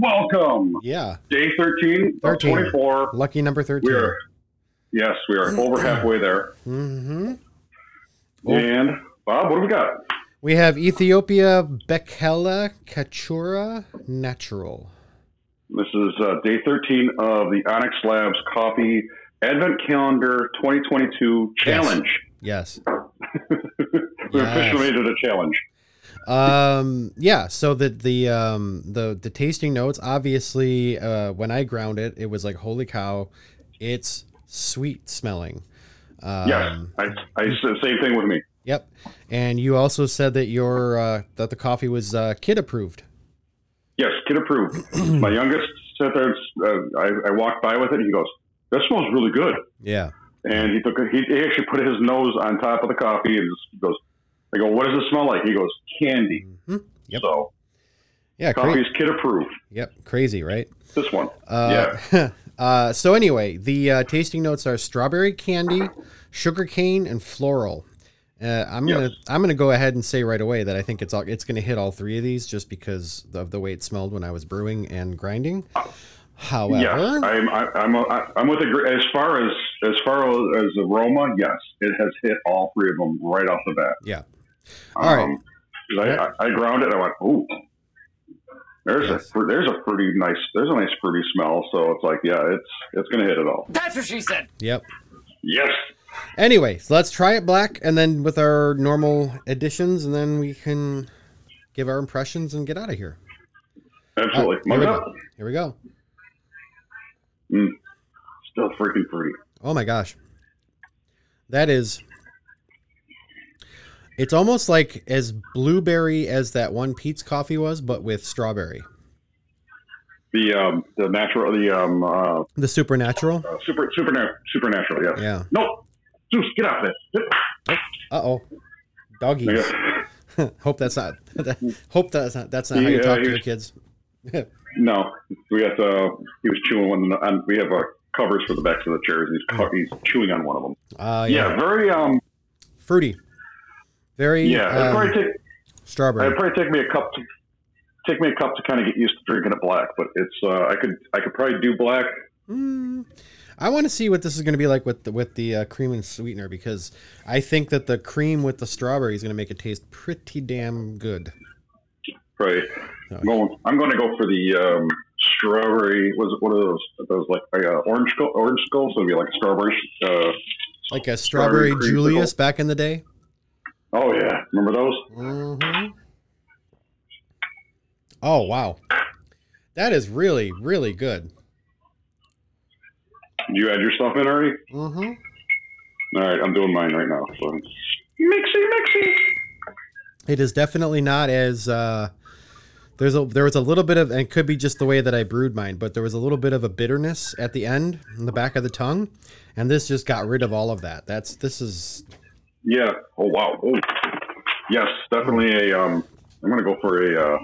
welcome. Yeah. Day 13, of 13. 24. Lucky number 13. We are, yes, we are over halfway there. Mm-hmm. Oh. And Bob, what do we got? We have Ethiopia Bekela Kachura Natural. This is uh, day 13 of the Onyx Labs Coffee Advent Calendar 2022 Challenge. Yes. we Yes. officially made it a challenge. Um, yeah. So the the um the the tasting notes obviously uh, when I ground it, it was like holy cow, it's sweet smelling. Um, yes, I, I said same thing with me. Yep. And you also said that your uh, that the coffee was uh, kid approved. Yes, kid approved. My youngest sat there. and, Uh, I, I walked by with it. And he goes, "That smells really good." Yeah. And he took. a- He, he actually put his nose on top of the coffee and just goes. I go, "What does it smell like?" He goes, "Candy." Mhm. Yep. So Yeah. coffee Cra- is kid approved. yep. Crazy, right? This one. Uh, yeah. uh, so anyway, the uh, tasting notes are strawberry candy, sugar cane, and floral. Uh, I'm Yes. gonna I'm gonna go ahead and say right away that I think it's all it's gonna hit all three of these just because of the way it smelled when I was brewing and grinding. However, Yes, I'm. I, I'm. A, I, I'm with the. gr- As far as as far as aroma, yes, it has hit all three of them right off the bat. Um, Yeah. All right. 'cause I, I, I ground it. I went, ooh. There's Yes. a fr- there's a pretty nice there's a nice fruity smell. So it's like, yeah, it's it's gonna hit it all. That's what she said. yep. Yes. Anyway, so let's try it black, and then with our normal additions, and then we can give our impressions and get out of here. All Absolutely. right, Uh, here, we Mug go. up. here we go. Still freaking fruity. Oh my gosh. That is It's almost like as blueberry as that one Pete's coffee was, but with strawberry. The um the natural the um uh, The supernatural. uh super supernatural supernatural. Yes. Yeah. Nope. Zeus, get off there. Uh oh. Doggies. Yeah. hope that's not hope that's not that's not how you Yeah, talk to your he's- kids. No, we got uh, he was chewing one. On, we have uh, covers for the backs of the chairs. He's cu- he's chewing on one of them. Uh Oh. yeah. yeah. very um, Fruity. Very yeah. it'd um, probably take strawberry. it'd probably take me a cup to take me a cup to kind of get used to drinking it black. But it's uh, I could I could probably do black. Mm, I want to see what this is going to be like with the, with the uh, cream and sweetener because I think that the cream with the strawberry is going to make it taste pretty damn good. Probably I'm going. I'm going to go for the um, strawberry. Was it one of those those like uh, orange skull, orange skulls? So it'd be like a strawberry. Uh, like a strawberry Strawberry creamsicle. Julius back in the day. oh yeah, remember those? Mm-hmm. Oh wow, that is really really good. Did you add your stuff in already? Mm-hmm. All right, I'm doing mine right now. So mixy mixy. It is definitely not as uh, there's a there was a little bit of and it could be just the way that I brewed mine, but there was a little bit of a bitterness at the end in the back of the tongue, and this just got rid of all of that. That's this is Yeah. Oh wow. Oh. Yes, definitely a. Um, I'm gonna go for a.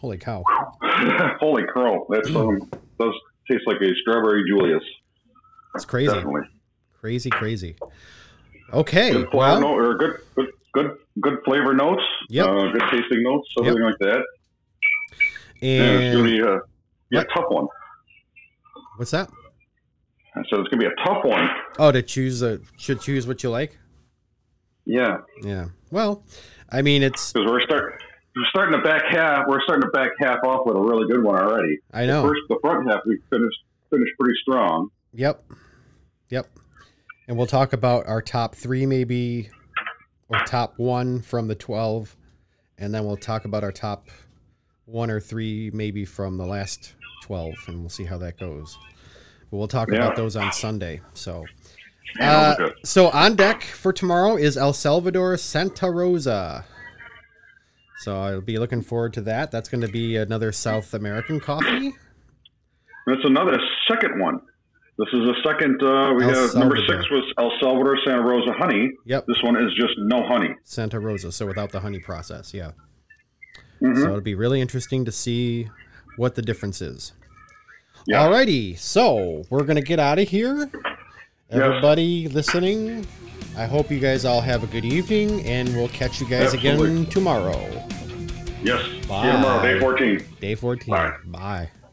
holy cow. Uh, holy crow! That's um, does taste like a strawberry Julius. It's crazy, Definitely. crazy, crazy. Okay, Good flower well, note or good good good good flavor notes. Yep. Uh, good tasting notes, something like that. And it's gonna and be a yeah, Yep. tough one. what's that? I said it's gonna be a tough one. Oh, to choose a should choose what you like. Yeah, Yeah. Well, I mean, it's because we're start we're starting the back half. We're starting the back half off with a really good one already. I know. First, the front half we finished finished pretty strong. Yep. Yep. And we'll talk about our top three, maybe, or top one from the twelve, and then we'll talk about our top one or three, maybe, from the last twelve, and we'll see how that goes. But we'll talk about Yeah. those on Sunday. So. Yeah, Uh, those are good. so on deck for tomorrow is El Salvador Santa Rosa. So I'll be looking forward to that. That's going to be another South American coffee. That's another second one. This is the second. Uh, we El have number Salvador. six was El Salvador Santa Rosa honey. Yep. This one is just no honey. Santa Rosa, so without the honey process, yeah. Mhm. So it'll be really interesting to see what the difference is. Yeah. Alrighty, so we're gonna get out of here. Everybody listening, I hope you guys all have a good evening, and we'll catch you guys again Absolutely. tomorrow. Yes. See you tomorrow, day 14. Day 14. Bye. Bye.